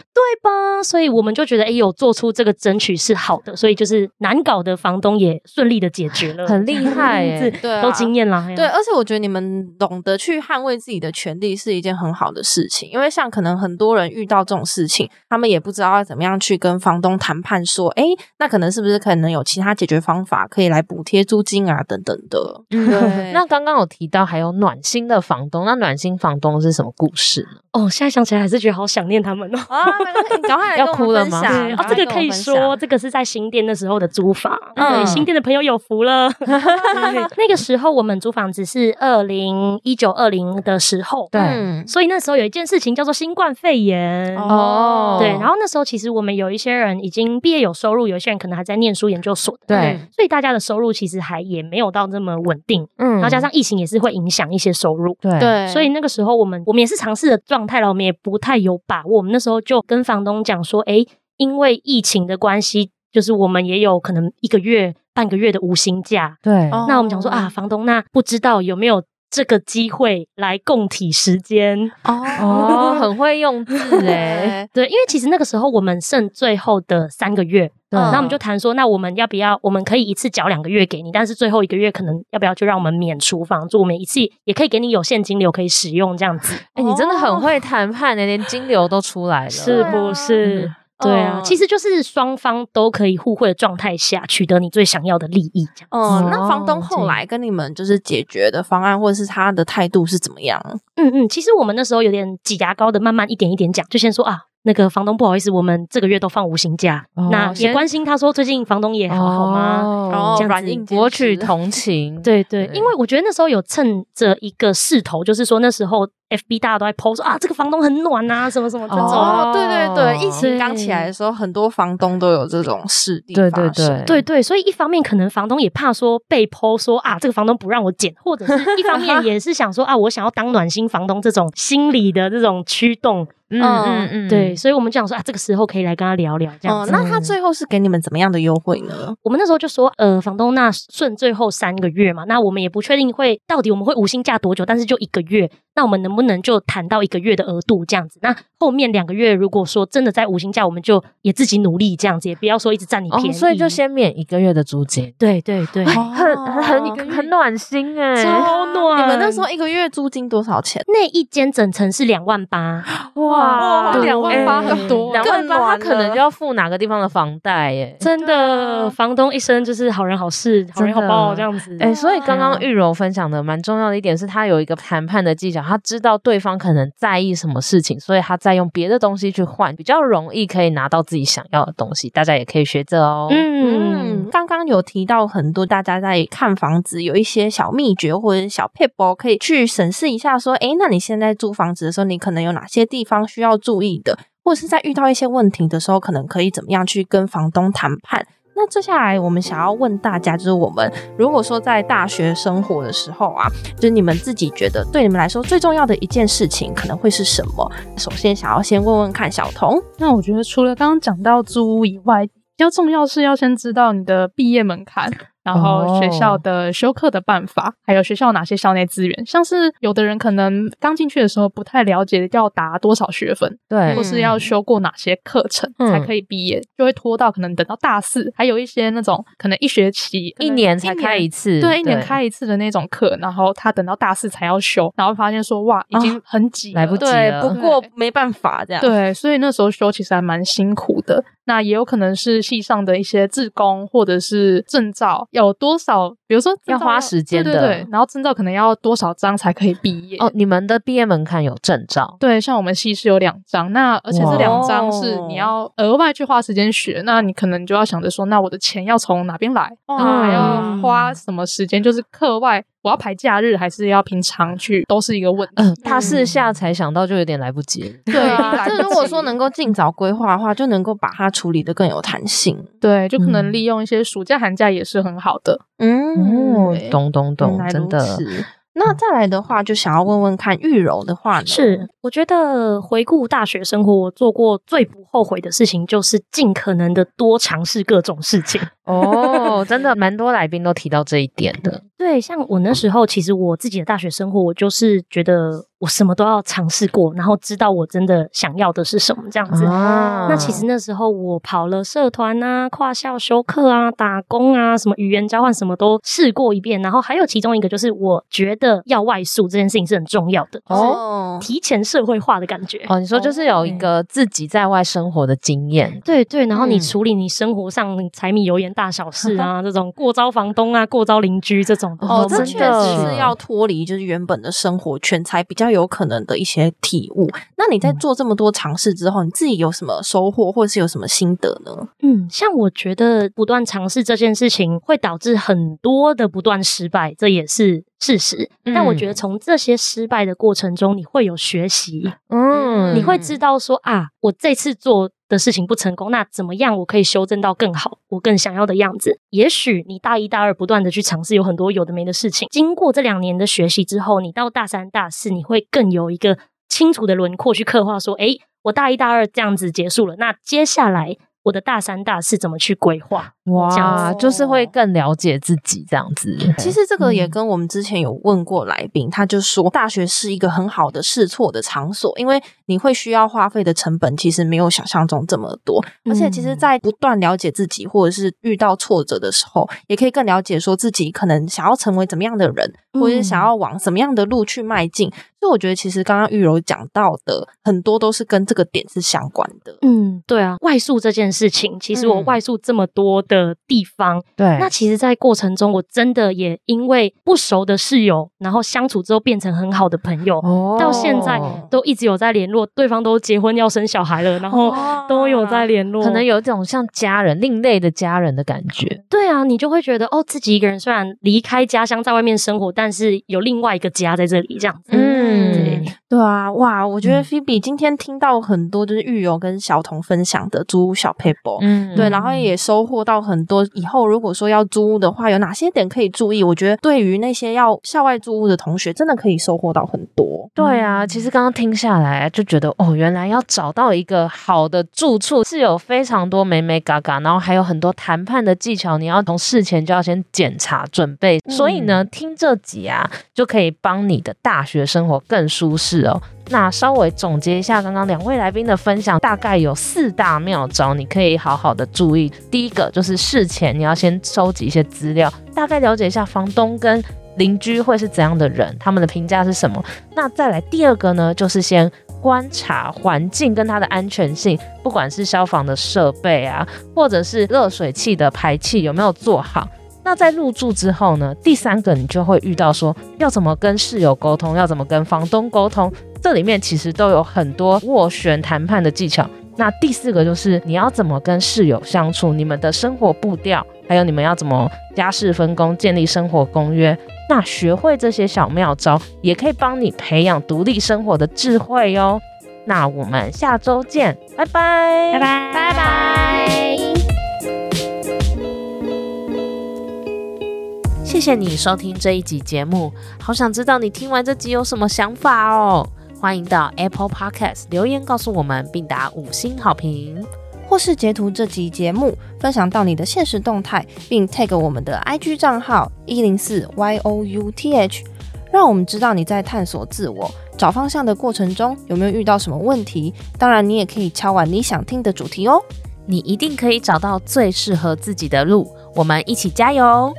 吧？所以我们就觉得，哎，有做出这个争取是好的，所以就是难搞的房东也顺利的解决了，
很厉害哎、
是
对啊
都经验啦，哎呀
对，而且我觉得你们懂得去捍卫自己的权利是一件很好的事情，因为像可能很多人遇到这种事情，他们也不知道要怎么样去跟房东谈判，说，哎，那可能是不是可能有其他解决方法可以来补贴租金啊等等的。
嗯
对
那刚刚有提到还有暖心的房东，那暖心房东是什么故事呢？
哦，现在想起来还是觉得好想念他们哦。
啊，那你赶啊快来
要
跟我
哭
们
了
分
吗
享
对
赶
哦，
快
这个
跟我
可以
分
说，
享
这个是在新店的时候的租法，
嗯
对，新店的朋友有福 了。对那个时候我们租房子是二零一九二零的时候，
对
嗯
所以那时候有一件事情叫做新冠肺炎。
哦
对，然后那时候其实我们有一些人已经毕业有收入，有一些人可能还在念书研究所的，
对，
所以大家的收入其实还也没有到那么稳定，
嗯，
然后加上疫情也是会影响一些收入，
对
对，
所以那个时候我们我们也是尝试的状态了，我们也不太有把握。我们那时候就跟房东讲说，诶，因为疫情的关系，就是我们也有可能一个月、半个月的无薪假。
对、
哦
那我们讲说啊，房东，那不知道有没有这个机会来共体时间？
哦，很会用字 哎、
对
对，因为其实那个时候我们剩最后的三个月，
对
那我们就谈说，那我们要不要？我们可以一次缴两个月给你，但是最后一个月可能要不要就让我们免除房租？我们一次也可以给你有现金流可以使用这样子。
哎你真的很会谈判哎、连金流都出来了，
是不是？对啊，
嗯
其实就是双方都可以互惠的状态下，取得你最想要的利益。这样
嗯，那房
哦
东后
这
来跟你们就是解决的方案，或者是他的态度是怎么样？
嗯嗯，其实我们那时候有点挤牙膏的，慢慢一点一点讲，就先说啊，那个房东不好意思，我们这个月都放无薪假，
哦
那
先
也关心他说最近房东也还好吗？
哦
哦
这，样
软
子
硬兼
博取
施
同情，
对对，
对
因为我觉得那时候有趁着一个势头，就是说那时候 FB 大家都在 PO 说啊，这个房东很暖啊，什么什么这种。
哦，对对对，
哦
疫情刚起来的时候，很多房东都有这种事例
对
发
对
生
对
对对，所以一方面可能房东也怕说被剖说啊，这个房东不让我减，或者是一方 面也是想说啊，我想要当暖心房东这种心理的这种驱动，
嗯
嗯
嗯嗯，
对，所以我们就想说啊，这个时候可以来跟他聊聊这样
哦，
子。
那他最后是给你们怎么样的优惠呢？
我们那时候就说，呃，房东那顺最后三个月嘛，那我们也不确定会到底我们会无薪假多久，但是就一个月，那我们能不能就谈到一个月的额度这样子？那后面两个月如果说真的在五星假，我们就也自己努力这样子，也不要说一直占你便宜。
哦，所以就先免一个月的租金，
对对对，
很很很暖心哎、
超暖。
哦你们那时候一个月租金多少钱？
那一间整层是两万八，
哇
对
两万八很多
两万八他可能就要付哪个地方的房贷哎耶、
真的，房东一生就是好人好事，好人好报这样子。
哎、所以刚刚玉柔分享的蛮重要的一点是，她有一个谈判的技巧，她知道对方可能在意什么事情，所以她再用别的东西去换，比较容易可以拿到自己想要的东西。大家也可以学着哦。
嗯，
嗯，刚刚有提到很多大家在看房子有一些小秘诀或者小 p e p 可以去审视一下，说，诶，那你现在租房子的时候，你可能有哪些地方需要注意的，或者是在遇到一些问题的时候，可能可以怎么样去跟房东谈判。那接下来我们想要问大家，就是我们如果说在大学生活的时候啊，就是你们自己觉得对你们来说最重要的一件事情，可能会是什么？首先想要先问问看小童，
那我觉得除了刚刚讲到租屋以外，比较重要是要先知道你的毕业门槛，然
哦
后学校的修课的办法，还有学校有哪些校内资源。像是有的人可能刚进去的时候不太了解要达多少学分，
对
或，是要修过哪些课程
嗯
才可以毕业，就会拖到可能等到大四。还有一些那种可能一学期、可
一
能
年才开一次，
对，一年开一次的那种课，然后他等到大四才要修，然后发现说哇，已经很挤了、
啊来不及
对，
了
不过没办法这样，
对，所以那时候修其实还蛮辛苦的。那也有可能是系上的一些志工或者是证照，有多少，比如说证
要
照
花时间
对
的
对对，然后证照可能要多少张才可以毕业。
哦，你们的毕业门槛有证照，
对，像我们系是有两张，那而且这两张是
哇
你
哦
要额外去花时间学，那你可能就要想着说，那我的钱要从哪边来，然后还
嗯
要花什么时间，就是课外我要排假日还是要平常去，都是一个问题。
嗯、大四下才想到就有点来不及了。
对
啊，
来
这
不
如果
及
说能够尽早规划的话，就能够把它处理的更有弹性。
对，就可
嗯
能利用一些暑假寒假也是很好的。
嗯
哦，懂懂懂，真的，。
那再来的话，就想要问问看玉柔的话呢？
是，我觉得回顾大学生活，我做过最不后悔的事情就是尽可能的多尝试各种事情。
哦，真的蛮多来宾都提到这一点的。
对，像我那时候，其实我自己的大学生活，我就是觉得我什么都要尝试过，然后知道我真的想要的是什么这样子。
啊
那其实那时候我跑了社团啊、跨校修课啊、打工啊、什么语言交换什么都试过一遍，然后还有其中一个就是我觉得要外宿这件事情是很重要的，哦，
哦，
提前社会化的感觉。
哦，你说就是有一个自己在外生活的经验，
对对，然后你
嗯
处理你生活上你柴米油盐大小事啊，这种过招房东啊、过招邻居这种，
哦，这
真
确
的
实是要脱离就是原本的生活圈才比较有可能的一些体悟。那你在
嗯
做这么多尝试之后，你自己有什么收获，或者是有什么心得呢？
嗯，像我觉得不断尝试这件事情会导致很多的不断失败，这也是事实。但我
嗯
觉得从这些失败的过程中，你会有学习，
嗯
你会知道说啊，我这次做的事情不成功，那怎么样我可以修正到更好，我更想要的样子？也许你大一、大二不断的去尝试，有很多有的没的事情。经过这两年的学习之后，你到大三、大四，你会更有一个清楚的轮廓去刻画说，诶，我大一、大二这样子结束了，那接下来。我的大三、大四怎么去规划？这
哇，
样
子
就是会更了解自己这样子。
其实这个也跟我们之前有问过来宾，他就说大学是一个很好的试错的场所，因为你会需要花费的成本其实没有想象中这么多，而且其实，在不断了解自己或者是遇到挫折的时候，也可以更了解说自己可能想要成为怎么样的人，或者是想要往什么样的路去迈进。所以我觉得，其实刚刚玉柔讲到的很多都是跟这个点是相关的。
嗯，对啊，外宿这件事情，其实我
嗯
外宿这么多的地方，
对，
那其实，在过程中，我真的也因为不熟的室友，然后相处之后变成很好的朋友，
哦
到现在都一直有在联络，对方都结婚要生小孩了，然后都有在联络。
哦可能有一种像家人、另类的家人的感觉。
对啊，你就会觉得哦，自己一个人虽然离开家乡在外面生活，但是有另外一个家在这里，这样子。
嗯
对，
对啊，哇！我觉得
嗯
Phoebe 今天听到很多就是玉柔跟小童分享的租屋小 paper，
嗯
对，然后也收获到很多。以后如果说要租屋的话，有哪些点可以注意？我觉得对于那些要校外租屋的同学，真的可以收获到很多。嗯
对啊，其实刚刚听下来就觉得，哦，原来要找到一个好的住处是有非常多美美嘎嘎，然后还有很多谈判的技巧，你要从事前就要先检查准备。所以呢，听这集啊，就可以帮你的大学生活更舒舒适哦。那稍微总结一下刚刚两位来宾的分享，大概有四大妙招，你可以好好的注意。第一个就是事前你要先收集一些资料，大概了解一下房东跟邻居会是怎样的人，他们的评价是什么。那再来第二个呢，就是先观察环境跟它的安全性，不管是消防的设备啊，或者是热水器的排气有没有做好。那在入住之后呢，第三个你就会遇到说要怎么跟室友沟通，要怎么跟房东沟通，这里面其实都有很多斡旋谈判的技巧。那第四个就是你要怎么跟室友相处，你们的生活步调，还有你们要怎么家事分工，建立生活公约。那学会这些小妙招，也可以帮你培养独立生活的智慧哟。那我们下周见，拜拜，
拜拜，
拜拜。谢谢你收听这一集节目，好想知道你听完这集有什么想法哦。欢迎到 Apple Podcast 留言告诉我们，并打五星好评。
或是截图这集节目，分享到你的现实动态，并 tag 我们的 IG 账号一零四 y o u t h，让我们知道你在探索自我、找方向的过程中有没有遇到什么问题。当然，你也可以敲完你想听的主题哦。
你一定可以找到最适合自己的路，我们一起加油！哦